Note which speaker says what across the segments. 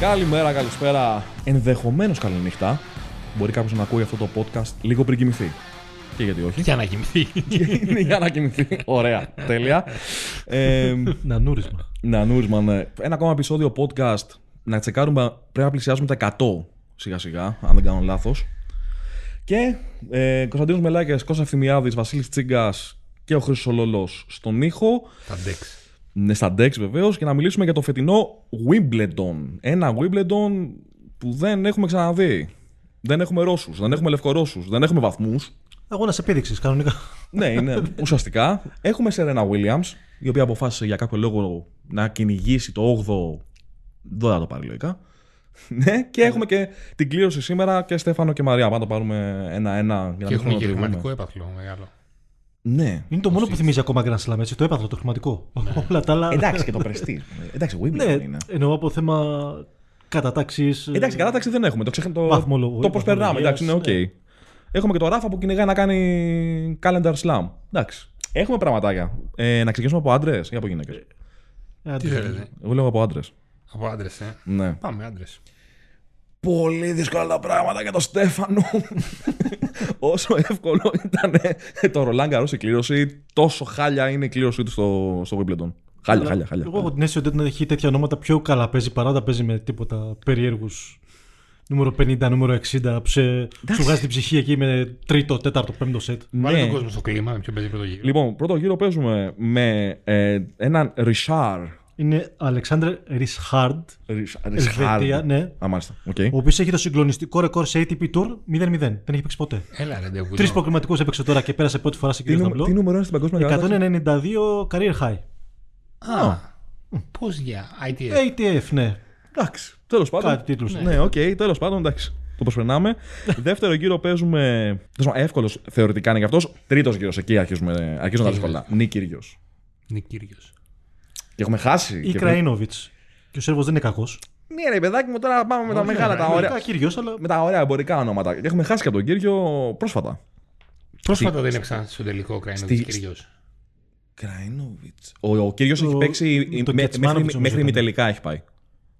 Speaker 1: Καλημέρα, καλησπέρα. Ενδεχομένως καληνύχτα. Μπορεί κάποιος να ακούει αυτό το podcast λίγο πριν κοιμηθεί. Και γιατί όχι.
Speaker 2: Για να κοιμηθεί. Ναι.
Speaker 1: Είναι για να κοιμηθεί. Ωραία. Τέλεια. Ε,
Speaker 2: να νούρισμα.
Speaker 1: να νούρισμα, ναι. Ένα ακόμα επεισόδιο podcast. Να τσεκάρουμε. Πρέπει να πλησιάζουμε τα 100 σιγά σιγά, αν δεν κάνω λάθος. Και ε, Κωνσταντίνος Μελάκη, Κώστα Ευθυμιάδη, Βασίλης Τσίγκας και ο Χρήσο Λόλο στον ήχο.
Speaker 2: Θα αντέξει.
Speaker 1: Ναι, στα DEX βεβαίως και να μιλήσουμε για το φετινό Wimbledon. Ένα Wimbledon που δεν έχουμε ξαναδεί. Δεν έχουμε Ρώσους, δεν έχουμε Λευκορώσους, δεν έχουμε βαθμούς.
Speaker 3: Αγώνα επίδειξη κανονικά.
Speaker 1: ναι, είναι ουσιαστικά. Έχουμε Σερένα Williams, η οποία αποφάσισε για κάποιο λόγο να κυνηγήσει το 8ο. Δεν θα το πάρει λογικά. ναι, και έχουμε και την κλήρωση σήμερα και Στέφανο και Μαρία. Πάμε να το πάρουμε ένα-ένα για να
Speaker 2: Και
Speaker 1: μην
Speaker 2: έχουν και
Speaker 1: χρονοτριβούμε.
Speaker 2: χρηματικό έπαθλο μεγάλο.
Speaker 1: Ναι.
Speaker 3: Είναι το μόνο που θυμίζει ακόμα Grand Slam, έτσι. Το έπαθλο, το χρηματικό. Όλα τα άλλα.
Speaker 1: Εντάξει και το πρεστή. Εντάξει, Wimbledon
Speaker 3: ναι,
Speaker 1: είναι.
Speaker 3: εννοώ από θέμα ε, κατατάξεις.
Speaker 1: Ε, Εντάξει, κατάταξη δεν έχουμε. Το, ξέχα... το...
Speaker 3: Βαθμολο-
Speaker 1: το προσπερνάμε. Εντάξει, είναι οκ.
Speaker 3: βαθμολογίας,
Speaker 1: Έχουμε και το Ράφα που κυνηγάει να κάνει calendar slam. Εντάξει. Έχουμε πραγματάκια. Ε, να ξεκινήσουμε από άντρες ή από γυναίκες.
Speaker 3: ε,
Speaker 2: Τι θέλετε.
Speaker 1: Εγώ λέω από άντρες.
Speaker 2: Ε, Από άντρες, ε.
Speaker 1: Ναι.
Speaker 2: Πάμε άντρες.
Speaker 1: Πολύ δύσκολα τα πράγματα για τον Στέφανο. Όσο εύκολο ήταν ε, το Ρολάν Καρός η κλήρωση, τόσο χάλια είναι η κλήρωσή του στο, στο Wimbledon. Χάλια, χάλια, χάλια.
Speaker 3: Εγώ έχω την αίσθηση ότι όταν έχει τέτοια ονόματα πιο καλά παίζει παρά όταν παίζει με τίποτα περίεργου. Νούμερο 50, νούμερο 60, που σε, σου βγάζει την ψυχή εκεί με τρίτο, τέταρτο, πέμπτο σετ.
Speaker 2: Βάλε
Speaker 1: Ναι.
Speaker 2: τον κόσμο στο κλίμα με ποιο παίζει πρώτο γύρο.
Speaker 1: Λοιπόν, πρώτο γύρο παίζουμε με ε, έναν Ρισάρ.
Speaker 3: Είναι Αλεξάνδρ Ρισχάρντ, Ελβετία, ναι.
Speaker 1: Α, μάλιστα. Οκ.
Speaker 3: ο οποίος έχει το συγκλονιστικό ρεκόρ σε ATP Tour 0-0. Δεν έχει παίξει ποτέ.
Speaker 2: Έλα ρε ντεβού.
Speaker 3: Τρεις προκριματικούς έπαιξε τώρα και πέρασε πρώτη φορά σε
Speaker 1: Τι,
Speaker 3: κύριο
Speaker 1: νου- τι
Speaker 3: ταμπλό.
Speaker 1: νούμερο είναι στην παγκόσμια κατάταξη?
Speaker 3: 192 career high.
Speaker 2: Α. Πώς για
Speaker 1: Ε.
Speaker 2: ITF.
Speaker 3: ATF, ναι.
Speaker 1: Εντάξει. Τέλος πάντων.
Speaker 3: Κάτι τίτλους.
Speaker 1: Ναι, οκ, okay, τέλος πάντων, εντάξει. Το προσπερνάμε. Δεύτερο γύρο παίζουμε. Εύκολος θεωρητικά είναι και αυτός. Τρίτος γύρος, εκεί αρχίζουμε, ε, αρχίζουν τα δύσκολα. Νίκη Κύριο.
Speaker 2: Είναι κύριος.
Speaker 1: Και έχουμε χάσει.
Speaker 3: Ή
Speaker 1: και-
Speaker 3: Κραίνοβιτ. Και ο Σέρβος δεν είναι κακός.
Speaker 1: Ναι, ρε παιδάκι μου, τώρα πάμε με τα μεγάλα, τα ωραία.
Speaker 3: κύριο, αλλά.
Speaker 1: Με τα ωραία εμπορικά ονόματα. Και έχουμε χάσει και από τον Κύριο πρόσφατα.
Speaker 2: Πρόσφατα δεν έψανα στο τελικό ο Κραϊνόβιτ
Speaker 1: Στη-
Speaker 2: κύριο.
Speaker 1: Κραϊνόβιτ. Ο, ο Κύριο έχει
Speaker 3: Ο-
Speaker 1: παίξει.
Speaker 3: το
Speaker 1: με-
Speaker 3: Κετσμάνοβιτς
Speaker 1: Μέχρι,
Speaker 3: νομίζω
Speaker 1: μέχρι
Speaker 3: ήταν.
Speaker 1: ημιτελικά έχει πάει.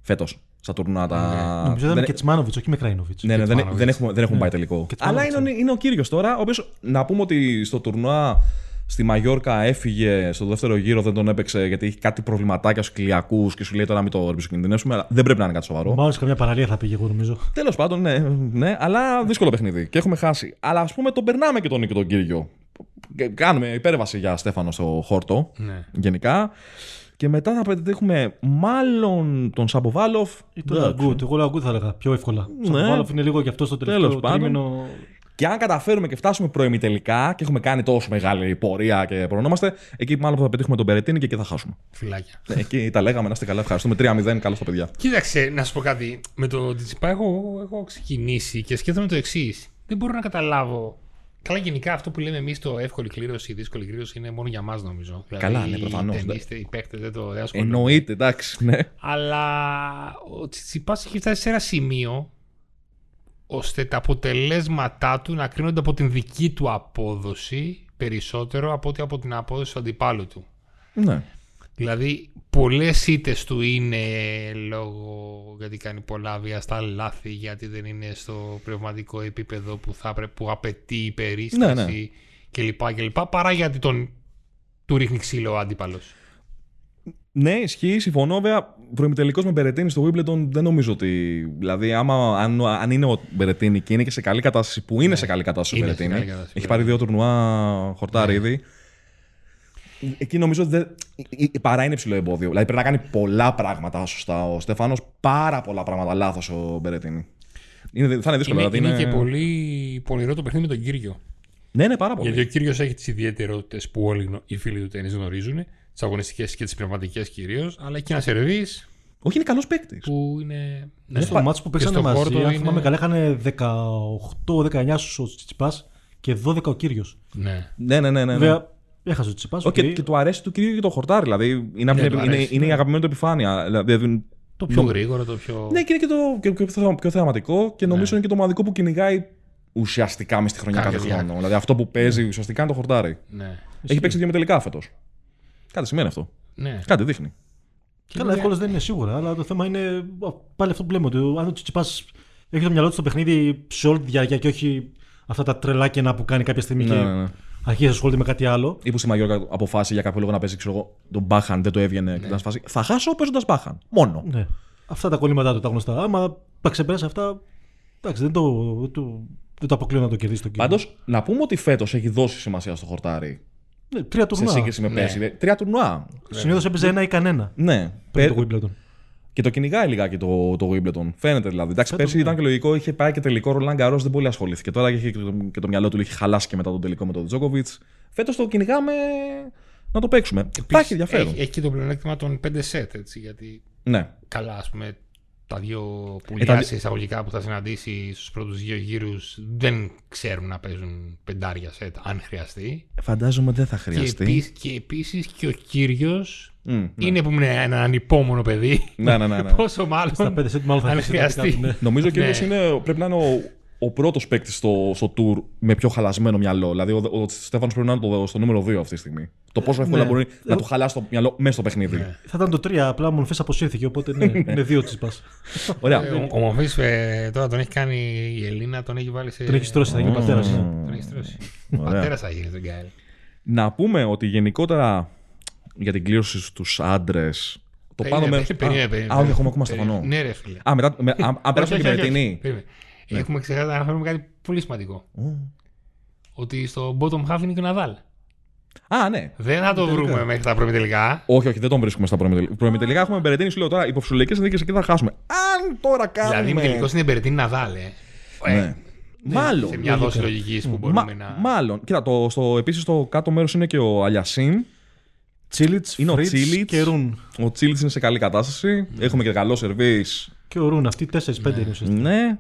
Speaker 1: Φέτος. Στα τουρνά τα.
Speaker 3: Ναι. Νομίζω ήταν
Speaker 1: δεν-
Speaker 3: και Τσμάνοβιτ, όχι με Κραίνοβιτ.
Speaker 1: Ναι, ναι, δεν,
Speaker 2: Κετσμάνοβιτς.
Speaker 1: δεν έχουμε, δεν έχουμε πάει τελικό. Αλλά
Speaker 3: Κετσμάνοβιτς,
Speaker 1: είναι, ο- είναι ο κύριο τώρα, ο οποίος να πούμε ότι στο τουρνουά στη Μαγιόρκα έφυγε στο δεύτερο γύρο, δεν τον έπαιξε γιατί είχε κάτι προβληματάκια στους κοιλιακού και σου λέει τώρα μην το ρισκοκινδυνεύσουμε. Αλλά δεν πρέπει να είναι κάτι σοβαρό.
Speaker 3: Μάλλον σε καμιά παραλία θα πήγε, εγώ νομίζω.
Speaker 1: Τέλος πάντων, ναι, ναι, αλλά δύσκολο παιχνίδι και έχουμε χάσει. Αλλά ας πούμε τον περνάμε και τον Νίκο τον κύριο. Και Κάνουμε υπέρβαση για Στέφανο στο χόρτο
Speaker 2: Ναι.
Speaker 1: γενικά. Και μετά θα πετύχουμε μάλλον τον Σαμποβάλοφ.
Speaker 3: Ή το Λαγκούτ. Εγώ Λαγκούτ θα έλεγα πιο εύκολα. Ναι.
Speaker 1: Ναι.
Speaker 3: Σαμποβάλοφ είναι λίγο και αυτό στο τελευταίο
Speaker 1: Τέλος πάντων.
Speaker 3: τρίμηνο.
Speaker 1: Και αν καταφέρουμε και φτάσουμε προημιτελικά και έχουμε κάνει τόσο μεγάλη πορεία και προνόμαστε, εκεί μάλλον που θα πετύχουμε τον Περετίνη και εκεί θα χάσουμε.
Speaker 2: Φυλάκια.
Speaker 1: Ναι, εκεί τα λέγαμε, να είστε καλά, ευχαριστούμε. 3-0, καλό στα παιδιά.
Speaker 2: Κοίταξε, να σου πω κάτι. Με το Τζιπά εγώ έχω ξεκινήσει και σκέφτομαι το εξής. Δεν μπορώ να καταλάβω. Καλά, γενικά αυτό που λέμε εμείς το εύκολη κλήρωση, η δύσκολη κλήρωση είναι μόνο για μας, νομίζω.
Speaker 1: Καλά, ναι, προφανώς,
Speaker 2: Οι
Speaker 1: ναι.
Speaker 2: ταινίστε, οι παίχτε δεν το δεν ασχολούνται.
Speaker 1: Εννοείται, εντάξει, ναι.
Speaker 2: Αλλά ο Τσιτσιπάς έχει φτάσει σε ένα σημείο ώστε τα αποτελέσματά του να κρίνονται από την δική του απόδοση περισσότερο από ότι από την απόδοση του αντιπάλου του.
Speaker 1: ναι.
Speaker 2: Δηλαδή, πολλές ήττες του είναι λόγω γιατί κάνει πολλά βιαστά λάθη, γιατί δεν είναι στο πνευματικό επίπεδο που, θα, έπρε- που απαιτεί η περίσταση
Speaker 1: Ναι, ναι.
Speaker 2: κλπ, κλπ. Παρά γιατί τον, του ρίχνει ξύλο ο αντίπαλος.
Speaker 1: Ναι, ισχύει, συμφωνώ. Βέβαια, προημιτελικός με Μπερετίνη στο Wimbledon δεν νομίζω ότι. Δηλαδή, άμα, αν, αν είναι ο Μπερετίνη και είναι και σε καλή κατάσταση, που είναι σε καλή κατάσταση ο
Speaker 2: Ναι. είναι σε καλή
Speaker 1: Μπερετίνη.
Speaker 2: κατάσταση,
Speaker 1: Έχει
Speaker 2: βέβαια. Ναι.
Speaker 1: πάρει δύο τουρνουά χορτάρι ήδη. Εκεί νομίζω ότι δεν- η- η- παρά είναι ψηλό εμπόδιο. Δηλαδή πρέπει να κάνει πολλά πράγματα σωστά ο Στεφάνο, πάρα πολλά πράγματα λάθος ο Μπερετίνη. Είναι, θα είναι δύσκολο.
Speaker 2: Είναι,
Speaker 1: δηλαδή
Speaker 2: είναι και πολύ πονηρό το παιχνίδι με τον Κύριο.
Speaker 1: Ναι, ναι, πάρα πολύ.
Speaker 2: Γιατί ο κύριος έχει τις ιδιαιτερότητες που όλοι γνω- οι φίλοι του τέννη γνωρίζουν, τις αγωνιστικές και τις πνευματικές κυρίως, αλλά έχει ένα σερβί
Speaker 1: Όχι, είναι καλός παίκτης.
Speaker 2: που είναι.
Speaker 3: Ναι, στο μάτσο που παίξανε
Speaker 2: στο
Speaker 3: μαζί,
Speaker 2: χόρτο
Speaker 3: αν
Speaker 2: είναι-
Speaker 3: θυμάμαι καλά, είχαν 18-19 ο Τσιτσιπά και 12 ο κύριος.
Speaker 2: Ναι.
Speaker 1: Ναι, ναι, ναι. ναι, ναι.
Speaker 3: Βέβαια, έχασε ο Τσιτσιπά.
Speaker 1: Οκ,
Speaker 3: οκ.
Speaker 1: και, και του αρέσει του κυρίου και το χορτάρι. Δηλαδή είναι,
Speaker 2: Ναι,
Speaker 1: από την-
Speaker 2: του
Speaker 1: είναι,
Speaker 2: αρέσει,
Speaker 1: είναι η αγαπημένη του επιφάνεια. Δηλαδή,
Speaker 2: Το πιο γρήγορο, το πιο.
Speaker 1: Ναι, και είναι και το και- και πιο, πιο θεαματικό και νομίζω είναι και το μοναδικό που κυνηγάει ουσιαστικά μες στη χρονιά
Speaker 2: Κάθε
Speaker 1: Ναι. κάθε
Speaker 2: διάρκεια.
Speaker 1: χρόνο. Δηλαδή αυτό που παίζει ουσιαστικά είναι το χορτάρι.
Speaker 2: ναι.
Speaker 1: Έχει παίξει δύο με τελικά φέτος. Κάτι σημαίνει αυτό.
Speaker 2: ναι.
Speaker 1: Κάτι δείχνει.
Speaker 2: Και
Speaker 3: Καλά,
Speaker 2: είναι-
Speaker 3: εύκολος δεν είναι σίγουρα, αλλά το θέμα είναι α, πάλι αυτό που λέμε. Ότι ο- αν ο Τσιτσιπά έχει το μυαλό του στο παιχνίδι σε όλη τη διάρκεια και όχι αυτά τα τρελάκια που κάνει κάποια στιγμή
Speaker 1: Ναι,
Speaker 3: και
Speaker 1: ναι, ναι.
Speaker 3: αρχίζει να ασχολείται με κάτι άλλο.
Speaker 1: Ή που στη Μαγιόρκα αποφάσισε για κάποιο λόγο να παίζει ξέρω εγώ, τον Μπάχαν, δεν το έβγαινε και ήταν σε φάση, Θα χάσω παίζοντας Μπάχαν. Μόνο.
Speaker 3: Ναι. Αυτά τα κολλήματά του τα γνωστά. Άμα τα ξεπεράσει αυτά, εντάξει, δεν το, δεν το, δεν το αποκλείω να το κερδίσει το κοινό.
Speaker 1: Πάντως, να πούμε ότι φέτος έχει δώσει σημασία στο χορτάρι
Speaker 3: Ναι, τρία
Speaker 1: σε
Speaker 3: τουρνουά.
Speaker 1: σύγκριση με
Speaker 2: Ναι.
Speaker 1: πέρσι. δηλαδή, Τρία τουρνουά.
Speaker 3: Συνήθως έπαιζε ένα ή κανένα.
Speaker 1: Ναι. Πε-
Speaker 3: Πριν το Wimbledon.
Speaker 1: Και το κυνηγάει λιγάκι το, το Wimbledon. Φαίνεται δηλαδή. Εντάξει,
Speaker 3: Φέτος,
Speaker 1: πέρσι
Speaker 3: ναι.
Speaker 1: ήταν και λογικό, είχε πάει και τελικό Ρολάν Γκαρό, δεν πολύ ασχολήθηκε. Τώρα είχε και το, και το μυαλό του είχε χαλάσει και μετά τον τελικό με τον Τζόκοβιτ. Φέτος το κυνηγάμε να το παίξουμε. θα έχει ενδιαφέρον.
Speaker 2: Έχει, έχει και το πλεονέκτημα των 5 σετ, έτσι, γιατί
Speaker 1: Ναι.
Speaker 2: καλά, ας πούμε, τα δύο
Speaker 1: Ε, τα
Speaker 2: πουλιά
Speaker 1: δυ-
Speaker 2: σε εισαγωγικά που θα συναντήσει στους πρώτους δύο γύρους δεν ξέρουν να παίζουν πεντάρια σετ, αν χρειαστεί.
Speaker 1: Φαντάζομαι δεν θα
Speaker 2: Και,
Speaker 1: χρειαστεί.
Speaker 2: επίσης και επίσης και ο Κύριος
Speaker 1: Μμ, ναι.
Speaker 2: είναι που είναι ένα ανυπόμονο παιδί.
Speaker 1: Ναι, ναι, ναι, ναι.
Speaker 2: Πόσο μάλλον.
Speaker 3: Στα πέντε σετ μάλλον θα
Speaker 2: αν
Speaker 3: αρχίσει να
Speaker 2: χρειαστεί.
Speaker 3: κάνει κάτι,
Speaker 1: Νομίζω ο
Speaker 2: Λοιπόν, Ναι.
Speaker 1: κύριος είναι, πρέπει να είναι ο, ο πρώτος παίκτης στο, στο tour με πιο χαλασμένο μυαλό. Δηλαδή, ο, ο Στέφανος πρέπει να είναι το, στο νούμero 2 αυτή τη στιγμή. Το πόσο εύκολα
Speaker 3: Ναι.
Speaker 1: μπορεί να του χαλάσει το μυαλό μέσα στο παιχνίδι.
Speaker 3: Θα ήταν το τρία, απλά ο Μορφές αποσύρθηκε. Οπότε ναι, είναι δύο τσιπά.
Speaker 1: Ωραία.
Speaker 2: Ε, Ο, ο Μοφής, ε, τώρα τον έχει κάνει η Ελίνα, τον έχει βάλει σε.
Speaker 3: Τον έχει στρώσει,
Speaker 1: Mm.
Speaker 3: θα γίνει πατέρας.
Speaker 2: Τον έχει στρώσει.
Speaker 1: Ωραία.
Speaker 2: Πατέρας θα γίνει τον Γκάιλ.
Speaker 1: Να πούμε ότι γενικότερα για την κλήρωση στους άντρες. Το πάνω
Speaker 2: Περίμενε,
Speaker 1: μέρος.
Speaker 2: περίμενε, περίμενε.
Speaker 1: Α, όχι, έχουμε ακόμα στεφανό.
Speaker 2: Περίμενε. Ναι, ρε φίλε.
Speaker 1: Α, μετά. με- α- Αν περάσουμε και
Speaker 2: Όχι,
Speaker 1: με
Speaker 2: όχι, όχι,
Speaker 1: την Ναι.
Speaker 2: όχι. Περίμενε. Έχουμε ξεχάσει να αναφέρουμε κάτι πολύ σημαντικό. Ότι στο bottom half είναι και ο Ναδάλ.
Speaker 1: Α, ναι.
Speaker 2: Δεν θα το βρούμε μέχρι τα πρώτη τελικά.
Speaker 1: Όχι, όχι, δεν τον βρίσκουμε στα προημιτελικά. Προημιτελικά έχουμε Μπερετίνη, σου λέω τώρα υποψηλικέ συνθήκες εκεί θα χάσουμε. Αν τώρα
Speaker 2: Δηλαδή,
Speaker 1: κάνουμε.
Speaker 2: τελικώ είναι Μπερτίν Ναδάλ, ε. Ε,
Speaker 1: Ναι. Μάλλον.
Speaker 2: Σε μια δόση λογικής που
Speaker 1: Μα-
Speaker 2: μπορούμε να.
Speaker 1: Μάλλον. Κοίτα, το, στο, επίσης στο κάτω μέρος είναι και ο Αλιασίν.
Speaker 3: Τσίλιτ,
Speaker 1: Είναι ο
Speaker 3: Φρίτ
Speaker 1: Τσίλιτς.
Speaker 3: και Ρουν.
Speaker 1: Ο Τσίλιτς είναι σε καλή κατάσταση.
Speaker 2: Ναι.
Speaker 1: Έχουμε και καλό σερβίς.
Speaker 3: Και ο Ρουν, αυτοί 4-5 είναι ουσιαστικά.
Speaker 1: Ναι.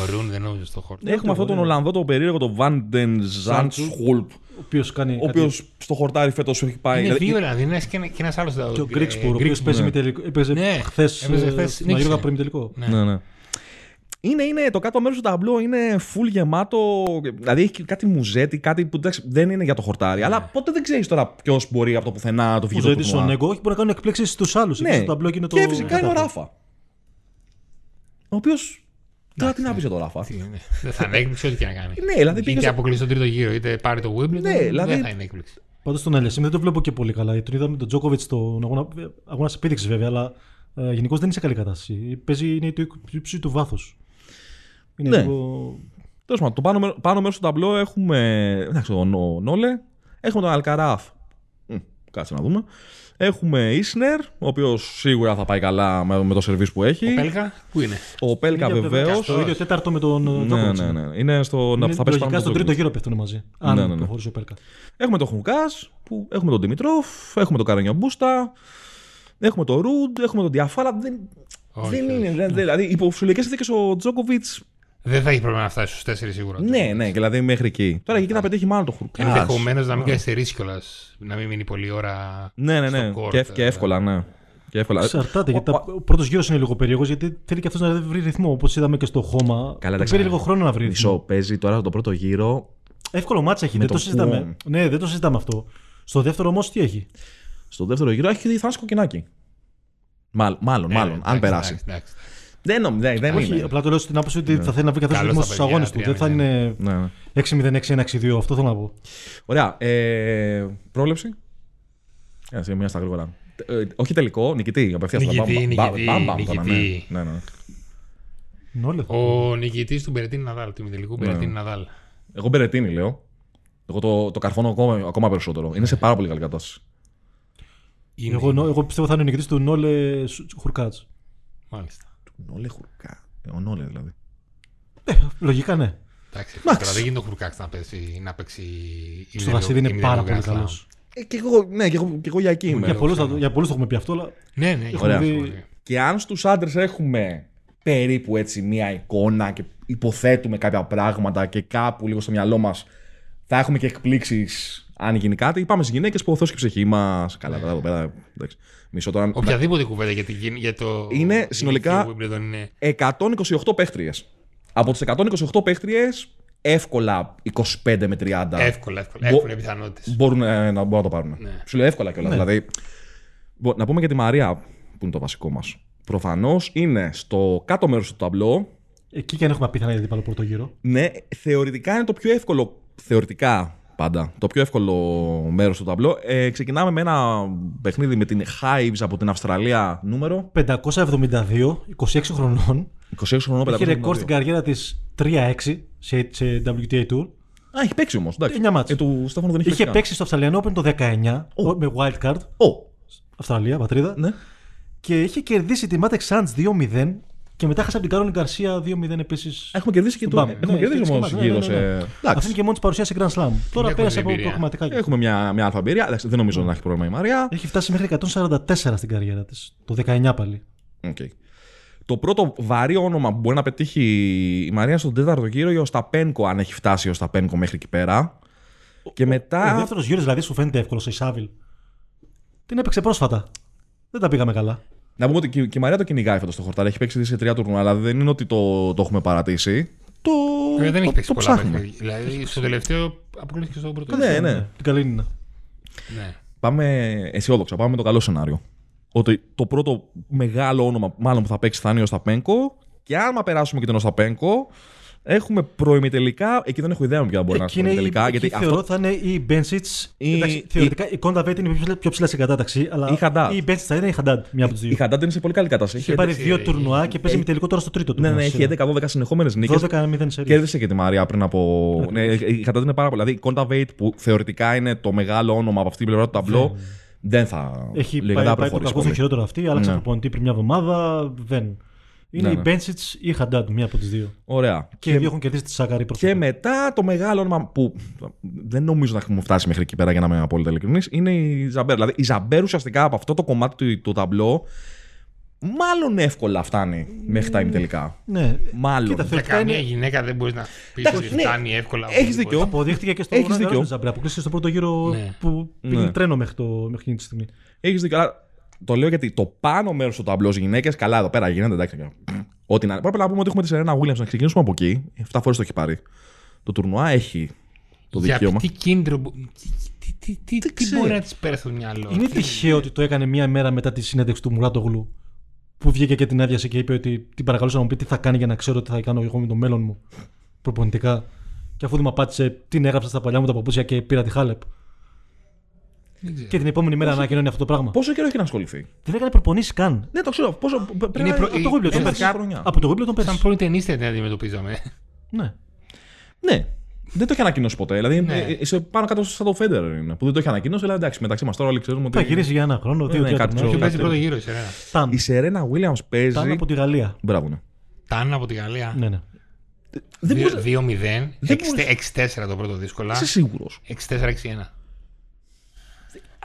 Speaker 2: Ο Ρουν δεν νόμιζε στο χώρο.
Speaker 1: Έχουμε αυτόν τον Ολλανδό, τον περίεργο, τον Βάντεν Ζαντσχουλπ,
Speaker 3: Ο οποίος κάνει.
Speaker 1: ο οποίος στο χορτάρι φέτος έχει πάει.
Speaker 2: Είναι
Speaker 1: δηλαδή,
Speaker 2: δύο Ολλανδοί, είναι ένας δηλαδή, ε, και ένα- και ένας άλλος.
Speaker 1: Ε,
Speaker 3: Και ο Γκρίξπουρ, ο οποίος παίζει με τελικό.
Speaker 2: Ναι,
Speaker 3: Έπαιζε χθες.
Speaker 2: έπαιζε χθες, νίκησε.
Speaker 3: Μαγείρευα πριν τελικό.
Speaker 1: ναι, ναι. Είναι, είναι, το κάτω μέρος του ταμπλό είναι full γεμάτο. Δηλαδή έχει και κάτι μουζέτι, κάτι που εντάξει, δεν είναι για το χορτάρι. Αλλά ποτέ δεν ξέρεις τώρα ποιος μπορεί από το πουθενά να το βγει.
Speaker 3: Ο
Speaker 1: το
Speaker 3: Ζέτη
Speaker 1: τουρνουά.
Speaker 3: στον Νέγκο, όχι, μπορεί να κάνουν εκπλήξεις στους άλλους.
Speaker 1: Ναι.
Speaker 3: Το μπλοκ είναι το.
Speaker 1: Και φυσικά είναι ο
Speaker 3: κατάπληκτο.
Speaker 1: Ράφα. Ο οποίος. Τώρα τι να πεις για τον Ράφα.
Speaker 2: Τι είναι. Δεν θα είναι έκπληξη, ό,τι και να κάνει.
Speaker 1: Ναι, δηλαδή πήγε
Speaker 2: Είτε
Speaker 1: στο-
Speaker 2: αποκλείσει τον τρίτο γύρο, είτε πάρει το Wimbledon.
Speaker 1: Ναι, δηλαδή-
Speaker 2: Δεν θα είναι έκπληξη.
Speaker 3: Πάντως τον Αλιασίμ δεν το βλέπω και πολύ καλά. Τον είδαμε τον Τζόκοβιτ στον αγώνα, αγώνα επίδειξη βέβαια, αλλά ε, γενικώς δεν είναι σε καλή κατάσταση. Παίζει είναι το ύψη του βάθο. Είναι
Speaker 1: Ναι.
Speaker 3: λίγο.
Speaker 1: Τέλος πάντων, το πάνω, μέρο- πάνω μέρος του ταμπλό έχουμε. Εντάξει, τον Νο- Νόλε. Έχουμε τον Αλκαράφ. Μμ, Κάτσε να δούμε. Έχουμε Ισνερ, ο οποίος σίγουρα θα πάει καλά με, με το σερβίς που έχει.
Speaker 2: Ο Πέλκα, πού είναι.
Speaker 1: Ο Πέλκα
Speaker 3: είναι
Speaker 1: βεβαίως.
Speaker 3: Το ίδιο τέταρτο με τον
Speaker 1: Ναι,
Speaker 3: Τζόκοβιτ.
Speaker 1: ναι, ναι. Είναι στο. να-
Speaker 3: Είναι
Speaker 1: θα πέσει πάνω
Speaker 3: λογικά στον
Speaker 1: από τον
Speaker 3: τρίτο
Speaker 1: Djokovic.
Speaker 3: γύρο πέφτουν μαζί.
Speaker 1: Ναι, ναι, ναι.
Speaker 3: Αν προχωρήσει ο Πέρκα.
Speaker 1: Έχουμε τον Χουγκάς, που έχουμε τον Δημητρόφ, έχουμε τον Καρανιό Μπούστα, έχουμε τον Ρουντ, έχουμε τον Διαφάλα. Δεν,
Speaker 2: Όχι,
Speaker 1: δεν
Speaker 2: όχι.
Speaker 1: είναι. δεν- Δηλαδή, υπό φυσιολογικέ συνθήκες ο Τζόκοβιτ.
Speaker 2: Δεν θα έχει πρόβλημα να φτάσει στους 4 σίγουρα.
Speaker 1: Ναι, ναι, δηλαδή μέχρι εκεί. Τώρα εκεί να πετύχει μάλλον τον Χουγκά.
Speaker 2: Ενδεχομένω να μην καθυστερήσει κιόλας. Να μην μείνει πολλή ώρα.
Speaker 1: Ναι, ναι,
Speaker 2: στο
Speaker 1: ναι.
Speaker 2: court,
Speaker 1: Και, ευ- και
Speaker 2: ε.
Speaker 1: εύκολα, ναι. Και εύκολα.
Speaker 3: Εξαρτάται.
Speaker 1: Ο-
Speaker 3: γιατί
Speaker 1: ο-
Speaker 3: τα- Ο πρώτος γύρος είναι λίγο περίεργος γιατί θέλει και αυτός να βρει ρυθμό. Όπως είδαμε και στο χώμα.
Speaker 1: Καλά,
Speaker 3: Του
Speaker 1: εντάξει,
Speaker 3: Πήρε
Speaker 1: ναι.
Speaker 3: λίγο χρόνο να βρει ρυθμό.
Speaker 1: Μισό, παίζει τώρα τον πρώτο γύρο.
Speaker 3: Εύκολο μάτσα έχει. Δεν
Speaker 1: τον
Speaker 3: το συζητάμε.
Speaker 1: Κουόμ.
Speaker 3: Ναι, δεν το συζητάμε αυτό. Στο δεύτερο όμως τι έχει.
Speaker 1: Στο δεύτερο γύρο έχει δει θάνατο κοκκινάκι. Μάλλον, μάλλον,
Speaker 2: Ναι,
Speaker 1: μάλλον
Speaker 2: ναι,
Speaker 1: αν
Speaker 2: εντάξει,
Speaker 1: περάσει.
Speaker 2: εντάξει, εντάξει.
Speaker 1: Δεν νομ- δεν- δεν
Speaker 3: Ε, Όχι,
Speaker 1: είναι.
Speaker 3: απλά το λέω στην άποψη ότι θα θέλει να βρει καθόλου
Speaker 2: Καλώς
Speaker 3: ρυθμό
Speaker 2: τα
Speaker 3: στου
Speaker 2: παιδιά,
Speaker 3: αγώνες του. Δεν θα
Speaker 2: τρία-μηδέν.
Speaker 3: είναι
Speaker 1: Ναι, ναι.
Speaker 3: 6-0-6-1-6-2. Αυτό θέλω να πω.
Speaker 1: Ωραία. Ε, πρόληψη. Ένα, μία στα γρήγορα. Ε, ε, όχι τελικό, νικητή. Απευθείας
Speaker 2: Νικητή, νικητή, νικητή.
Speaker 1: Ναι, ναι, ναι.
Speaker 3: Νόλε.
Speaker 2: Ο νικητής του Μπερετίν Ναδάλ, του ημιτελικού
Speaker 1: Ναι.
Speaker 2: Μπερετίν Ναδάλ.
Speaker 1: Εγώ Μπερετίνη λέω. Εγώ το, το καρφώνω ακόμα, ακόμα περισσότερο. Είναι σε πάρα πολύ καλή κατάσταση.
Speaker 2: Είναι.
Speaker 3: Εγώ, νο- εγώ πιστεύω θα είναι ο νικητής του Νόλε Χουρκάτ.
Speaker 2: Μάλιστα.
Speaker 1: Νόλε χουρκά. Ο Νόλε δηλαδή.
Speaker 3: Λογικά ναι.
Speaker 2: Εντάξει, τώρα δεν γίνεται ο Χουρκάκ να παίξει. Να παίξει
Speaker 3: Στο
Speaker 2: ημιτελικό-
Speaker 3: Βασίλη είναι
Speaker 2: ημιτελικό
Speaker 3: πάρα πολύ
Speaker 2: Grand Slam.
Speaker 3: καλός.
Speaker 1: Ε, και εγώ, ναι, και εγώ, και εγώ για ναι. εκεί είμαι.
Speaker 3: Για πολλούς το, για πολλούς το έχουμε πει αυτό, αλλά
Speaker 2: Ναι, ναι,
Speaker 1: Ωραία.
Speaker 2: έχουμε δει.
Speaker 1: Και αν στους άντρες έχουμε περίπου έτσι μία εικόνα και υποθέτουμε κάποια πράγματα και κάπου λίγο στο μυαλό μας θα έχουμε και εκπλήξεις αν γίνει κάτι. Πάμε στις γυναίκες που ο Θεός και η ψυχή μας. Καλά, τώρα εδώ πέρα. εντάξει. Μισό τώρα.
Speaker 2: Οποιαδήποτε κουβέντα για, την, γεν- για το.
Speaker 1: Είναι συνολικά-
Speaker 2: το Wimbledon είναι.
Speaker 1: 128 παίχτριες. Από τις 128 παίχτριες, εύκολα 25 με 30
Speaker 2: Εύκολα, εύκολα.
Speaker 1: Μπο-
Speaker 2: Έχουν πιθανότητες.
Speaker 1: μπορούν ε, να, μπορούν να το πάρουν.
Speaker 2: Ναι.
Speaker 1: Σου λέω εύκολα κιόλας. Δηλαδή, μπο- να πούμε για τη Μαρία που είναι το βασικό μας. Προφανώς είναι στο κάτω μέρος του ταμπλό.
Speaker 3: Εκεί και αν έχουμε απίθανα γιατί πάνω πρώτο γύρο.
Speaker 1: Ναι, θεωρητικά είναι το πιο εύκολο. Θεωρητικά πάντα. Το πιο εύκολο μέρος του ταμπλό. Ε, ξεκινάμε με ένα παιχνίδι με την Hives από την Αυστραλία νούμερο.
Speaker 3: 572, 26 χρονών.
Speaker 1: 26 χρονών
Speaker 3: Έχει
Speaker 1: 500.
Speaker 3: ρεκόρ στην καριέρα της 3-6 σε, σε WTA Tour.
Speaker 1: Α, έχει παίξει όμως.
Speaker 3: Εννιά μάτς.
Speaker 1: Ε, του Στέφανο δεν έχει
Speaker 3: Είχε
Speaker 1: καν.
Speaker 3: παίξει στο Αυστραλιανό Open το 19
Speaker 1: Ω.
Speaker 3: με wildcard.
Speaker 1: Ω,
Speaker 3: Αυστραλία, πατρίδα.
Speaker 1: ναι.
Speaker 3: Και είχε κερδίσει τη Matex Sands 2-0 και μετά χάσε από την Κάρολιν Γκαρσία 2-0 επίσης.
Speaker 1: Έχουμε κερδίσει και το.
Speaker 3: Πάμε.
Speaker 1: Έχουμε
Speaker 3: Ναι,
Speaker 1: κερδίσει
Speaker 3: έτσι
Speaker 1: όμω
Speaker 3: και μας, ναι,
Speaker 1: γύρω
Speaker 3: ναι,
Speaker 1: σε.
Speaker 3: ναι, ναι. Αυτή
Speaker 1: Εντάξει. Ε,
Speaker 3: είναι και μόνη τη παρουσία σε Grand Slam. Τώρα
Speaker 2: έχω
Speaker 3: πέρασε από
Speaker 2: εμπειρία.
Speaker 3: προγραμματικά. και-
Speaker 1: Έχουμε μια, μια αλφα εμπειρία. Εντάξει, δεν νομίζω να έχει πρόβλημα η Μαρία.
Speaker 3: Έχει φτάσει μέχρι 144 στην καριέρα της. Το 19 πάλι.
Speaker 1: Οκ. Το πρώτο βαρύ όνομα που μπορεί να πετύχει η Μαρία στον τέταρτο γύρο είναι ο Σταπένκο, αν έχει φτάσει ο Σταπένκο μέχρι εκεί πέρα. Και
Speaker 3: Ο
Speaker 1: μετά.
Speaker 3: δεύτερος γύρος δηλαδή σου φαίνεται εύκολος σε Ισάβιλ. Την έπαιξε πρόσφατα. Δεν τα πήγαμε καλά.
Speaker 1: Να πούμε ότι και και η Μαρία το κυνηγάει φέτος το χορτάρι. Έχει παίξει σε τρία τουρνουά, αλλά δεν είναι ότι το, το έχουμε παρατήσει. Το,
Speaker 2: Ε, δεν
Speaker 1: το,
Speaker 2: έχει παίξει
Speaker 1: το
Speaker 2: πολλά
Speaker 1: ψάχνουμε.
Speaker 2: παιχνίδια. Δηλαδή στο τελευταίο αποκλείθηκε στον πρώτο.
Speaker 1: Ναι, ναι.
Speaker 3: Την καλή είναι.
Speaker 2: ναι.
Speaker 1: Πάμε αισιόδοξα, πάμε με το καλό σενάριο. Ότι το πρώτο μεγάλο όνομα μάλλον που θα παίξει θα είναι ο Σταπένκο. Και άμα περάσουμε και τον Σταπένκο, έχουμε προημιτελικά. Εκεί δεν έχω ιδέα μου ποια μπορεί να είναι
Speaker 3: είναι η,
Speaker 1: προημιτελικά.
Speaker 3: εκεί
Speaker 1: Γιατί
Speaker 3: θεωρώ θα είναι η Μπένσιτ.
Speaker 1: Η-
Speaker 3: Θεωρητικά η Κόντα Βέιτ είναι πιο ψηλά- πιο ψηλά σε κατάταξη. Αλλά
Speaker 1: Η Haddad.
Speaker 3: η Μπένσιτ θα είναι η Χαντάντ. Μια από τις
Speaker 1: η
Speaker 3: δύο.
Speaker 1: Χαντάντα είναι σε πολύ καλή κατάσταση.
Speaker 3: Έχει πάρει
Speaker 2: Εντάξει,
Speaker 3: δύο
Speaker 2: ε,
Speaker 3: τουρνουά και παίζει με τελικό τώρα στο τρίτο
Speaker 1: Ναι,
Speaker 3: τουρνουά.
Speaker 1: ναι, έχει 11-12 συνεχόμενες νίκες.
Speaker 3: 12-0 σε
Speaker 1: Κέρδισε και τη Μαρία πριν από. ναι, η Χαντάντα είναι πάρα πολλά. Δηλαδή η Κόντα Βέιτ που θεωρητικά είναι το μεγάλο όνομα από αυτή την πλευρά του ταμπλό. Δεν θα.
Speaker 3: Ναι. Έχει
Speaker 1: λέει,
Speaker 3: πάει,
Speaker 1: δεν θα
Speaker 3: πάει
Speaker 1: προχωρήσει
Speaker 3: το κακό στο
Speaker 1: πολύ.
Speaker 3: χειρότερο αυτή, άλλαξε
Speaker 1: Ναι.
Speaker 3: προπονητή πριν μια εβδομάδα, δεν. Είναι
Speaker 1: Ναι,
Speaker 3: η
Speaker 1: ναι.
Speaker 3: Μπένσιτ ή η Χαντάντ, μία από τις δύο.
Speaker 1: Ωραία.
Speaker 3: Και οι δύο έχουν κερδίσει τη Σάκαρη
Speaker 1: Και
Speaker 3: πρόσφατα.
Speaker 1: μετά το μεγάλο όνομα που δεν νομίζω να έχουμε φτάσει μέχρι εκεί πέρα για να είμαι απόλυτα ειλικρινής είναι η Ζαμπέρ. Δηλαδή η Ζαμπέρ ουσιαστικά από αυτό το κομμάτι του, του ταμπλό μάλλον εύκολα φτάνει μέχρι τα ημιτελικά.
Speaker 3: Ναι,
Speaker 1: Μάλλον.
Speaker 3: Κοίτα,
Speaker 2: Για
Speaker 3: θεωρητικά
Speaker 2: καμία
Speaker 3: είναι.
Speaker 2: γυναίκα δεν μπορείς να πεις
Speaker 1: Εντάξει,
Speaker 2: ότι
Speaker 1: ναι.
Speaker 2: φτάνει εύκολα.
Speaker 1: Έχεις
Speaker 2: οπουδήποτε.
Speaker 1: δίκιο.
Speaker 3: Αποδείχτηκε και στο
Speaker 1: Έχεις
Speaker 3: Roland
Speaker 1: δίκιο.
Speaker 3: Garros Ζαμπρέ. Αποκλείστηκε στο πρώτο γύρο
Speaker 2: Ναι.
Speaker 3: που πήγε
Speaker 1: Ναι.
Speaker 3: τρένο μέχρι, το, μέχρι εκείνη τη στιγμή.
Speaker 1: Έχεις δίκιο. Αλλά το λέω γιατί το πάνω μέρος του ταμπλό γυναίκες, καλά εδώ πέρα γίνεται, εντάξει. Ό,τι να είναι. Πρέπει να πούμε ότι έχουμε τη Σερένα Williams να ξεκινήσουμε από εκεί. 7 φορές το έχει πάρει. Το τουρνουά έχει το δικαίωμα.
Speaker 2: Για τι κίνητρο. μπο- τι- τι- τι- τι- Τι
Speaker 1: ξέρω.
Speaker 2: μπορεί να της πέρασε στο μυαλό.
Speaker 3: Είναι
Speaker 2: τι-
Speaker 3: τυχαίο ότι το έκανε μία μέρα μετά τη συνέντευξη του Μουράτογλου που βγήκε και την άδειασε και είπε ότι την παρακαλούσα να μου πει τι θα κάνει για να ξέρω τι θα κάνω εγώ με το μέλλον μου προπονητικά. Και αφού δεν μου απάντησε, την έγραψα στα παλιά μου τα παπούτσια και πήρα τη Χάλεπ.
Speaker 2: δεν ξέρω.
Speaker 3: Και την επόμενη μέρα ανακοινώνει αυτό το πράγμα.
Speaker 1: Πόσο καιρό έχει να ασχοληθεί.
Speaker 3: Δεν έκανε προπονήσεις καν.
Speaker 1: Ναι, το ξέρω. Πόσο. Πρέπει
Speaker 2: Είναι
Speaker 1: να
Speaker 2: προ-
Speaker 1: από
Speaker 2: η-
Speaker 1: το Wimbledon,
Speaker 2: είναι
Speaker 1: πέρσι.
Speaker 2: κάπου-
Speaker 1: ε, χρονιά.
Speaker 3: Από το Wimbledon πέρσι.
Speaker 2: Σαν πρώην ταινίστε την αντιμετωπίζαμε.
Speaker 3: Ναι.
Speaker 1: Ναι. Δεν το έχει ανακοινώσει ποτέ. Δηλαδή,
Speaker 2: Ναι.
Speaker 1: ε, ε, σε πάνω κάτω σαν το Federer είναι. Που δεν το έχει ανακοινώσει, αλλά εντάξει, μεταξύ μας τώρα όλοι ξέρουμε ότι.
Speaker 3: Θα γυρίσει για ένα χρόνο, δύο
Speaker 1: ναι,
Speaker 3: τρία
Speaker 1: κάτι
Speaker 3: τουρνουά.
Speaker 1: ξέρω.
Speaker 2: Ποιο παίζει πρώτο γύρο, Σερένα.
Speaker 3: Ταν.
Speaker 1: Η Σερένα Williams παίζει.
Speaker 3: Ταν από τη Γαλλία.
Speaker 1: Μπράβο, ναι.
Speaker 2: Ταν από τη Γαλλία.
Speaker 3: Ναι, ναι.
Speaker 1: Δεν
Speaker 2: Δύο-
Speaker 1: μπορείς-
Speaker 2: 2-0.
Speaker 1: Δεν
Speaker 2: 6-4 το πρώτο δύσκολα.
Speaker 1: Είσαι σίγουρος.
Speaker 2: 6-4-6-1.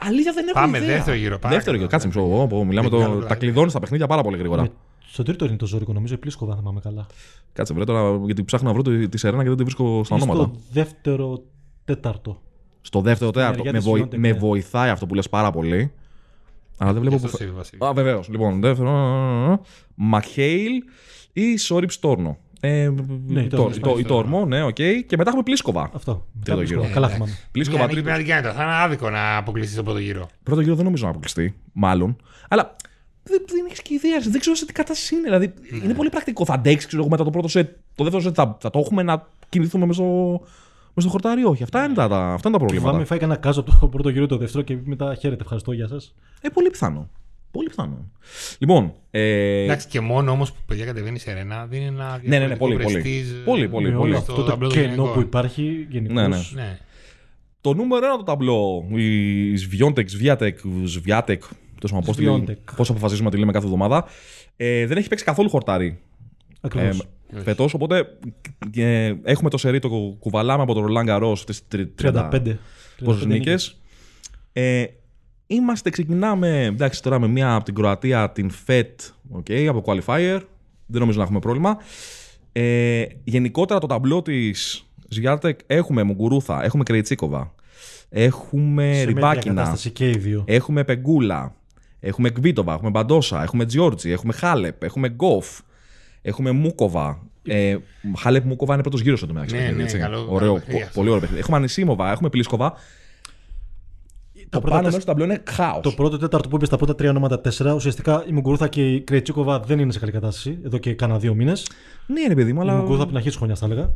Speaker 1: Αλήθεια δεν έχω
Speaker 2: Πάμε,
Speaker 1: ιδέα.
Speaker 2: δεύτερο γύρο, πάμε.
Speaker 1: Δεύτερο γύρο. Κάτσε μισό. Ω, πω, Μιλάμε
Speaker 2: Δεν κάνω
Speaker 1: το.
Speaker 2: λάθος.
Speaker 1: Τα κλειδώνεις τα παιχνίδια πάρα πολύ γρήγορα.
Speaker 3: Με- Ε, Στο τρίτο είναι το ζώρικο, νομίζω, η Πλίσκοβα, θα πάμε καλά.
Speaker 1: Κάτσε βρε τώρα, γιατί ψάχνω να βρω τη- τη Σερένα και δεν τη βρίσκω στα
Speaker 3: Είναι
Speaker 1: ονόματα.
Speaker 3: Στο δεύτερο τέταρτο.
Speaker 1: Στο δεύτερο τέταρτο.
Speaker 3: μεριά
Speaker 1: Με,
Speaker 3: της
Speaker 1: βοη-
Speaker 3: Fiontech,
Speaker 1: με
Speaker 3: ναι.
Speaker 1: βοηθάει αυτό που λες πάρα πολύ. Αλλά δεν βλέπω
Speaker 2: Στο
Speaker 1: που.
Speaker 2: Σίβι Βασίλη.
Speaker 1: Α, βεβαίως. Λοιπόν, δεύτερο. Μαχέιλ ή Σόριπ Τόρνο. Ε,
Speaker 3: Ναι, η
Speaker 1: το-
Speaker 3: Τόρνο.
Speaker 1: το- η Τόρνο, ναι, οκ. Και μετά έχουμε Πλίσκοβα.
Speaker 3: Αυτό.
Speaker 1: Τρίτο
Speaker 3: Μετά
Speaker 1: γύρο.
Speaker 3: Πλίσκοβα. Καλά
Speaker 2: Ε,
Speaker 3: θυμάμαι.
Speaker 1: Πλίσκοβα,
Speaker 2: Μια νίκη πρέπει να την κάνει τώρα. Θα είναι άδικο να αποκλειστείς στον πρώτο γύρο.
Speaker 1: Πρώτο γύρο δεν νομίζω να αποκλειστεί, μάλλον. Αλλά δεν, δεν έχεις και ιδέα, δεν ξέρω σε τι κατάσταση είναι. Δηλαδή, είναι πολύ πρακτικό. Θα αντέξεις, ξέρω εγώ, μετά το πρώτο σετ. Το δεύτερο σετ θα, θα το έχουμε να κινηθούμε μέσα στο, μέσα στο χορτάρι. Όχι, αυτά είναι τα, τα- αυτά είναι τα προβλήματα.
Speaker 3: Θυμάμαι, φάει κανένα κάζο από το πρώτο γύρο το δεύτερο και μετά χαίρετε. Ευχαριστώ, γεια σας.
Speaker 1: Ε, πολύ πιθανό. Πολύ πιθανό. Λοιπόν. Ε,
Speaker 2: Εντάξει, και μόνο όμως που παιδιά κατεβαίνει η Σερένα δεν είναι ένα.
Speaker 1: ναι, ναι, πολύ, πολύ.
Speaker 2: prestige,
Speaker 1: Πολύ,
Speaker 2: ε,
Speaker 1: πολύ,
Speaker 2: στο
Speaker 1: πολύ.
Speaker 3: Αυτό το
Speaker 2: ταμπλό των
Speaker 3: κενό
Speaker 2: γυναικών.
Speaker 3: που υπάρχει γενικώς.
Speaker 1: Ναι, ναι.
Speaker 2: Ναι.
Speaker 1: Το νούμερο ένα το ταμπλό, η Σβιόντεκ, Σβιάτεκ, Σβιάτεκ, τόσο να πω, στη-
Speaker 3: Σβιόντεκ.
Speaker 1: πώς αποφασίζουμε να τη λέμε κάθε εβδομάδα, ε, δεν έχει παίξει καθόλου χορτάρι ε,
Speaker 3: Ακριβώ.
Speaker 2: Όχι.
Speaker 1: φετός, οπότε ε, έχουμε το σερί, το κου- κουβαλάμε από τον Ρολάν Γκαρό στις
Speaker 3: 35.
Speaker 1: πόσες
Speaker 3: 35
Speaker 1: νίκες. Ε, είμαστε, ξεκινάμε, εντάξει τώρα με μία από την Κροατία, την ΦΕΤ, okay, από Qualifier, δεν νομίζω να έχουμε πρόβλημα. Ε, γενικότερα το ταμπλό της Ζιάρτεκ έχουμε Μουγκουρούθα, έχουμε Κρεϊτσίκοβα, έχουμε
Speaker 3: Σε μέτρια
Speaker 1: Ριμπάκινα,
Speaker 3: κατάσταση και οι δύο.
Speaker 1: Έχουμε Πεγκούλα. Έχουμε Κβίτοβα. Έχουμε Μπαντόσα. Έχουμε Τζιόρτζι. Έχουμε Χάλεπ. Έχουμε Γκοφ. Έχουμε Μούκοβα. Ε, Χάλεπ Μούκοβα είναι πρώτος γύρος στο τομέα.
Speaker 2: Ναι, ναι, καλό-
Speaker 1: ωραίο,
Speaker 2: καλό παιχνίδι
Speaker 1: πο-
Speaker 2: αυτό.
Speaker 1: πολύ ωραίο παιχνίδι. Έχουμε Ανισίμοβα. Έχουμε Πλίσκοβα. Το
Speaker 3: πρώτα
Speaker 1: πάνω μέρο
Speaker 3: τεσ-
Speaker 1: του ταμπλό είναι χάος.
Speaker 3: Το πρώτο τέταρτο που είπε στα πρώτα τρία ονόματα τέσσερα, ουσιαστικά η Μουγκουρούθα και η Κρετσίκοβα δεν είναι σε καλή κατάσταση εδώ και κάνα δύο μήνες.
Speaker 1: Ναι, ρε παιδί μου,
Speaker 3: Η
Speaker 1: αλλά.
Speaker 3: Μουγκουρούθα από την αρχή της χρονιάς, θα έλεγα.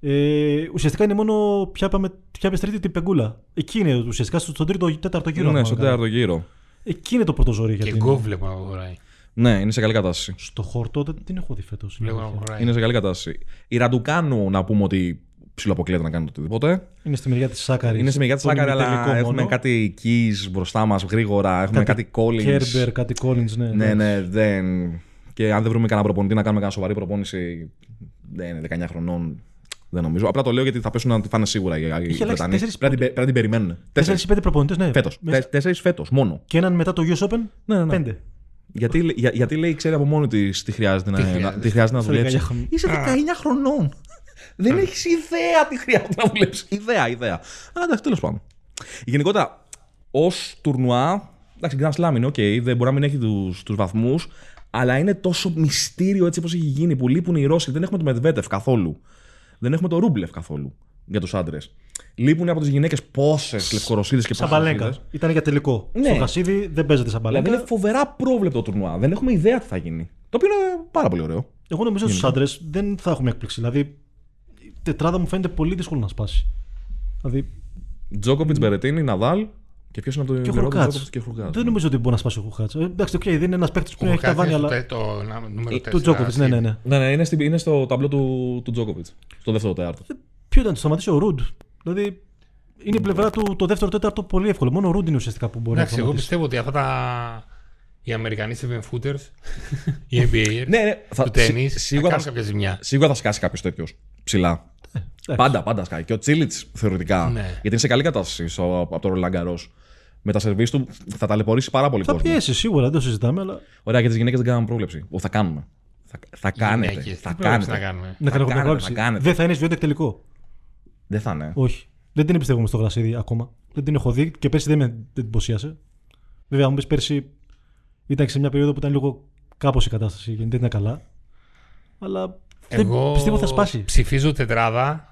Speaker 3: Ε, ουσιαστικά είναι μόνο ποια είπαμε, ποια πες τρίτη την πεγκούλα. Εκεί είναι ουσιαστικά στο- στον τρίτο ή τέταρτο γύρο.
Speaker 1: Ναι,
Speaker 3: αν
Speaker 1: στον
Speaker 3: κάνω καλά.
Speaker 1: τέταρτο γύρο.
Speaker 3: Εκεί είναι το πρώτο ζόρι για
Speaker 2: Και
Speaker 3: την.
Speaker 2: εγώ βλέπω να προχωράει.
Speaker 1: Ναι, είναι σε καλή κατάσταση.
Speaker 3: Στο χορτό δεν την έχω δει φέτος.
Speaker 2: Βλέπω να προχωράει.
Speaker 1: Είναι σε καλή κατάσταση. Η Ραντουκάνου να πούμε ότι ψιλοαποκλείεται να κάνει το οτιδήποτε.
Speaker 3: Είναι στη μεριά της Σάκαρης.
Speaker 1: Είναι σε μεριά της Σάκαρη, αλλά έχουμε κάτι keys μπροστά μας γρήγορα. Έχουμε κάτι Collins.
Speaker 3: Κέρμπερ, κάτι Collins, ναι.
Speaker 1: Ναι, ναι, δεν. Και αν δεν βρούμε κανένα προπονητή να κάνουμε κανένα σοβαρή προπόνηση. Δεν είναι 19 χρονών. Δεν νομίζω. Απλά το λέω γιατί θα πέσουν να τη φάνε σίγουρα οι οι
Speaker 3: αλλάξει
Speaker 1: Βρετανοί.
Speaker 3: τέσσερις-
Speaker 1: Πρέπει να την πε- πρέπει να την περιμένουν. Τέσσερις
Speaker 3: 4-5 προπονητές, ναι.
Speaker 1: φέτος.
Speaker 3: Μέσα-
Speaker 1: Τέσσερις φέτος μόνο.
Speaker 3: Και έναν μετά το US Open,
Speaker 1: Ναι, ναι, ναι.
Speaker 3: πέντε.
Speaker 1: Γιατί, λέ- για- γιατί λέει, ξέρει από μόνη της τι χρειάζεται να,
Speaker 2: χρειάζεται.
Speaker 1: να, τι χρειάζεται να
Speaker 3: Στα
Speaker 1: δουλέψει.
Speaker 3: 19 χρόνια.
Speaker 1: Είσαι 19 χρονών. Δεν έχεις ιδέα τι χρειάζεται να δουλέψεις. Ιδέα, ιδέα. Αλλά εντάξει, τέλος πάντων. Γενικότερα, ως τουρνουά, εντάξει, Grand Slam είναι, οκ, δεν μπορεί να μην έχει τους βαθμούς, αλλά είναι τόσο μυστήριο έτσι όπως έχει γίνει που λείπουν οι Ρώσοι. Δεν έχουμε το Μετβέτεφ καθόλου. Δεν έχουμε το Ρούμπλεφ καθόλου για τους άντρες. Λείπουν από τις γυναίκες πόσες λευκορωσίδες και πόσες.
Speaker 3: Σαμπαλέγκα. Ήταν για τελικό.
Speaker 1: Ναι.
Speaker 3: Στο Χασίδι δεν παίζεται
Speaker 1: Δηλαδή
Speaker 3: σαμπαλέγκα.
Speaker 1: είναι φοβερά πρόβλεπτο το τουρνουά. Δεν έχουμε ιδέα τι θα γίνει. Το οποίο είναι πάρα πολύ ωραίο.
Speaker 3: Εγώ νομίζω ότι στου
Speaker 1: Ναι.
Speaker 3: άντρες δεν θα έχουμε έκπληξη. Δηλαδή η τετράδα μου φαίνεται πολύ δύσκολο να σπάσει. Δηλαδή
Speaker 1: Τζόκοβιτ, Μπερετίνη, Ναδάλ και ποιος είναι από το
Speaker 3: και ο
Speaker 1: Μιρόντ,
Speaker 3: Χουρκάτ.
Speaker 1: Τζόκοβιτς και ο ναι. Χουρκάτ.
Speaker 3: Δεν νομίζω ότι μπορεί να σπάσει ο Χουρκάτ. Εντάξει, οκ, δεν είναι ένας παίκτης που
Speaker 2: Ο
Speaker 3: έχει τα
Speaker 2: Χουρκάκης
Speaker 3: βάνια,
Speaker 2: είναι
Speaker 3: αλλά.
Speaker 2: στο τε- το νούμερο
Speaker 3: Του
Speaker 2: τέσσερα,
Speaker 3: Τζόκοβιτ, ναι,
Speaker 2: στη-
Speaker 3: ναι, ναι.
Speaker 1: Ναι, ναι, είναι, στην- είναι στο ταμπλό του, του Τζόκοβιτ. Στο δεύτερο τέταρτο.
Speaker 3: Ποιο ήταν, το σταματήσει ο Ρουντ. Δηλαδή είναι η πλευρά του το δεύτερο τέταρτο πολύ εύκολο. Μόνο ο Ρουντ είναι ουσιαστικά που μπορεί να
Speaker 2: Εντάξει, εγώ
Speaker 3: σταματήσει.
Speaker 2: πιστεύω ότι αυτά τα. Οι Αμερικανοί seven footers, οι NBA,
Speaker 1: Ναι, ναι, θα-
Speaker 2: του τέννη,
Speaker 1: σι-
Speaker 2: σίγουρα
Speaker 1: σίγουρα, θα,
Speaker 2: θα κάνουν κάποια ζημιά.
Speaker 1: σίγουρα θα σκάσει κάποιος τέτοιος ψηλά.
Speaker 3: Εντάξει.
Speaker 1: Πάντα, πάντα σκάει. Και ο Τσίλιτ θεωρητικά.
Speaker 2: Ναι.
Speaker 1: Γιατί είναι σε καλή κατάσταση στο- από τον Ρολαγκαρό. Με τα σερβίς του θα ταλαιπωρήσει πάρα πολύ
Speaker 3: Θα
Speaker 1: κόσμο.
Speaker 3: πιέσει σίγουρα, δεν το συζητάμε, αλλά.
Speaker 1: Ωραία, και τις γυναίκες δεν κάναμε πρόβλεψη. Ο, θα κάνουμε. Θα, θα κάνετε.
Speaker 2: Γυναίκες, Ναι, τι
Speaker 1: θα
Speaker 2: πρόβλεψη
Speaker 1: κάνετε.
Speaker 2: να κάνουμε.
Speaker 3: Να κάνω
Speaker 1: κάνετε,
Speaker 3: κόψη.
Speaker 1: θα κάνετε.
Speaker 3: Δεν θα είναι σβιόντεκ τελικό.
Speaker 1: Δεν θα είναι.
Speaker 3: Όχι. Δεν την εμπιστεύομαι στο γρασίδι ακόμα. Δεν την έχω δει και πέρσι δεν με δεν την εντυπωσίασε. Βέβαια, αν μου πεις πέρσι ήταν σε μια περίοδο που ήταν λίγο κάπως η κατάσταση και δεν ήταν καλά. Αλλά δεν-
Speaker 2: Εγώ
Speaker 3: πιστεύω θα σπάσει.
Speaker 2: Ψηφίζω τετράδα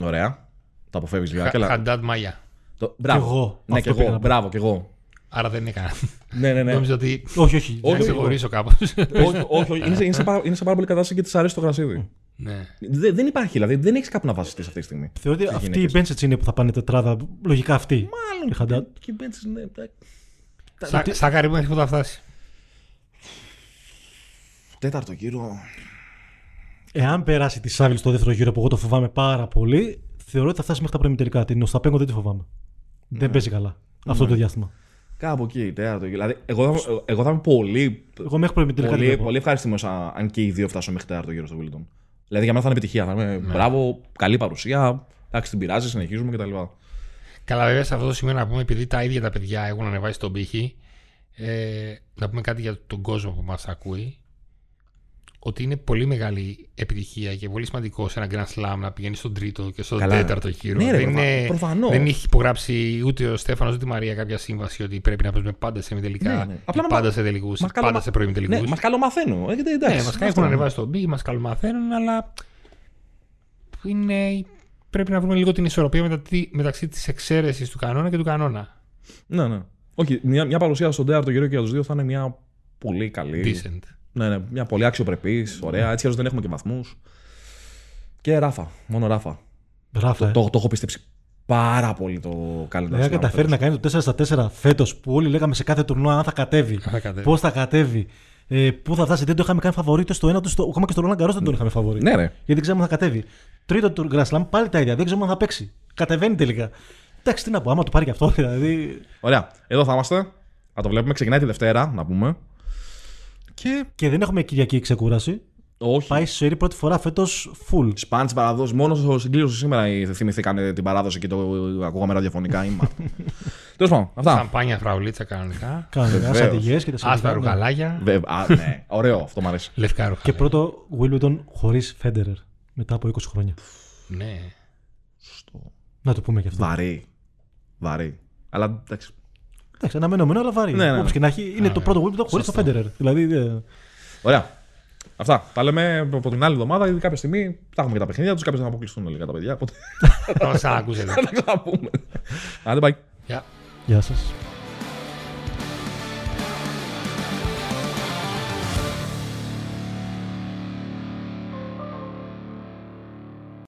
Speaker 1: Ωραία. Το αποφεύγεις λίγα.
Speaker 2: Χα-
Speaker 1: Καλά.
Speaker 2: Χαντάτ Μάγια.
Speaker 1: Το- Μπράβο.
Speaker 3: εγώ.
Speaker 1: Ναι, και
Speaker 3: Αυτό πήγα
Speaker 1: εγώ.
Speaker 3: να πω.
Speaker 1: Μπράβο, και εγώ.
Speaker 2: Άρα δεν είναι κανένα.
Speaker 1: Ναι, ναι, ναι.
Speaker 2: Νόμιζα ότι
Speaker 3: Όχι, όχι.
Speaker 2: θα
Speaker 1: Όχι,
Speaker 2: ξεχωρίσω κάπως.
Speaker 1: όχι, όχι, όχι. Είναι, σε, είναι, σε πάρα, είναι σε πάρα πολύ κατάσταση και της αρέσει το γρασίδι.
Speaker 2: Ναι.
Speaker 1: Δε- δεν υπάρχει, δηλαδή δεν έχεις κάπου να βασιστεί αυτή τη στιγμή.
Speaker 3: Θεωρώ ότι αυτοί οι
Speaker 1: γυναίκες.
Speaker 3: Μπέντσετ είναι που θα πάνε τετράδα. Λογικά αυτοί. Ε,
Speaker 1: Μάλλον.
Speaker 3: Η Χαντάτ.
Speaker 1: Και μπαίνεις, ναι, εντάξει.
Speaker 2: Σα- Σαν καρύμπα έχει θα φτάσει.
Speaker 1: Τέταρτο γύρο.
Speaker 3: Εάν περάσει τη Σάβιλ στο δεύτερο γύρο που εγώ το φοβάμαι πάρα πολύ, θεωρώ ότι θα φτάσει μέχρι τα προημιτελικά. Την Οσταπέγκο δεν τη φοβάμαι.
Speaker 1: Ναι.
Speaker 3: Δεν παίζει καλά αυτό το διάστημα.
Speaker 1: Κάπου εκεί, τέταρτο γύρο. Δηλαδή, εγώ θα, εγώ θα είμαι πολύ,
Speaker 3: Εγώ μέχρι προημιτελικά.
Speaker 1: πολύ,
Speaker 3: την βλέπω.
Speaker 1: πολύ ευχαριστημένο αν- αν και οι δύο φτάσουν μέχρι τέταρτο γύρο στο Wimbledon. Δηλαδή για μένα θα είναι επιτυχία. Θα είμαι
Speaker 2: Ναι.
Speaker 1: μπράβο, καλή παρουσία. Εντάξει, την πειράζει, συνεχίζουμε κτλ.
Speaker 2: Καλά, βέβαια σε αυτό το σημείο να πούμε, επειδή τα ίδια τα παιδιά έχουν ανεβάσει τον πύχη, ε, να πούμε κάτι για τον κόσμο που μας ακούει, ότι είναι πολύ μεγάλη επιτυχία και πολύ σημαντικό σε ένα Grand Slam να πηγαίνεις στον τρίτο και στον
Speaker 1: Καλά.
Speaker 2: τέταρτο γύρο.
Speaker 1: Ναι, ρε,
Speaker 2: δεν,
Speaker 1: προφα-
Speaker 2: είναι-
Speaker 1: προφανώς.
Speaker 2: δεν έχει υπογράψει ούτε ο Στέφανος ούτε η Μαρία κάποια σύμβαση ότι πρέπει να παίζουμε πάντα σε τελικά,
Speaker 1: Ναι, ναι. Απλά μα-
Speaker 2: πάντα σε τελικούς,
Speaker 1: μας
Speaker 2: πάντα
Speaker 1: καλομα-
Speaker 2: σε πρώιμη τελικούς.
Speaker 1: Ναι, μα καλομαθαίνω. Ε, εντάξει,
Speaker 2: Ναι, μα
Speaker 1: αυτό
Speaker 2: έχουν
Speaker 1: είναι.
Speaker 2: ανεβάσει τον πύχη, μας καλομαθαίνουν, αλλά είναι... πρέπει να βρούμε λίγο την ισορροπία μετα- μεταξύ της εξαίρεσης του κανόνα και του κανόνα.
Speaker 1: Ναι, ναι. Όχι, μια, μια παρουσία στον τέταρτο γύρο και για τους δύο θα είναι μια πολύ καλή.
Speaker 2: Decent.
Speaker 1: Ναι, ναι, μια πολύ αξιοπρεπής, ωραία. Έτσι, αλλιώς δεν έχουμε και βαθμούς. Και Ράφα, μόνο Ράφα.
Speaker 3: Ράφα, ε.
Speaker 1: Το, το έχω πιστέψει πάρα πολύ το
Speaker 3: Εάν
Speaker 1: καλεντάρι.
Speaker 3: καταφέρει να κάνει το 4 στα 4 φέτος που όλοι λέγαμε σε κάθε τουρνουά αν θα κατέβει,
Speaker 2: θα κατέβει.
Speaker 3: πώς θα κατέβει, ε, πού θα φτάσει, δεν το είχαμε κάνει φαβορή ούτε στο ένα, ούτε στο. Ακόμα και στο Ρόλαν Καρό δεν τον είχαμε φαβορή.
Speaker 1: Ναι, ρε.
Speaker 3: Γιατί δεν ξέρουμε αν θα κατέβει. Τρίτο του Grand Slam πάλι τα ίδια, δεν ξέρουμε αν θα παίξει. Κατεβαίνει τελικά. Εντάξει, τι να πω, άμα το πάρει και αυτό, δηλαδή.
Speaker 1: Ωραία. Εδώ θα είμαστε. Θα το βλέπουμε. Ξεκινάει τη Δευτέρα, να πούμε. Και.
Speaker 3: Και δεν έχουμε Κυριακή ξεκούραση.
Speaker 1: Όχι.
Speaker 3: Πάει σε σερή πρώτη φορά φέτος full.
Speaker 1: Σπάντη παραδόση. Μόνο στο συγκλήρωσης σήμερα ε, θυμηθήκανε την παράδοση και το ακούγαμε ραδιοφωνικά. Τέλος πάντων, αυτά.
Speaker 2: Σαμπάνια φραουλίτσα κανονικά.
Speaker 3: Κανονικά,
Speaker 1: Βεβαίως.
Speaker 3: σαν και τα
Speaker 2: Άσπρα
Speaker 3: ναι.
Speaker 2: ρουχαλάκια.
Speaker 1: Βε- α, ναι. Ωραίο, αυτό μου αρέσει.
Speaker 2: Λευκά ρουχαλάκια.
Speaker 3: Και πρώτο Wimbledon χωρίς Federer μετά από 20 χρόνια.
Speaker 2: Ναι.
Speaker 3: Να το πούμε και αυτό.
Speaker 1: Βαρύ. Βαρύ. Αλλά εντάξει.
Speaker 3: Εντάξει, αναμενόμενο, αλλά βαρύ.
Speaker 1: Ναι, ναι, ναι.
Speaker 3: Όπως και να έχει, είναι το πρώτο Wimbledon χωρίς το Federer. Δηλαδή. ε,
Speaker 1: Ωραία. Αυτά. Τα λέμε από την άλλη εβδομάδα, γιατί κάποια στιγμή θα έχουμε και τα παιχνίδια τους. Κάποιες θα αποκλειστούν λίγα τα παιδιά. Οπότε
Speaker 2: Θα μας ξανακούσετε.
Speaker 1: θα τα ξαναπούμε. Άντε, bye.
Speaker 2: Γεια.
Speaker 3: Γεια σας.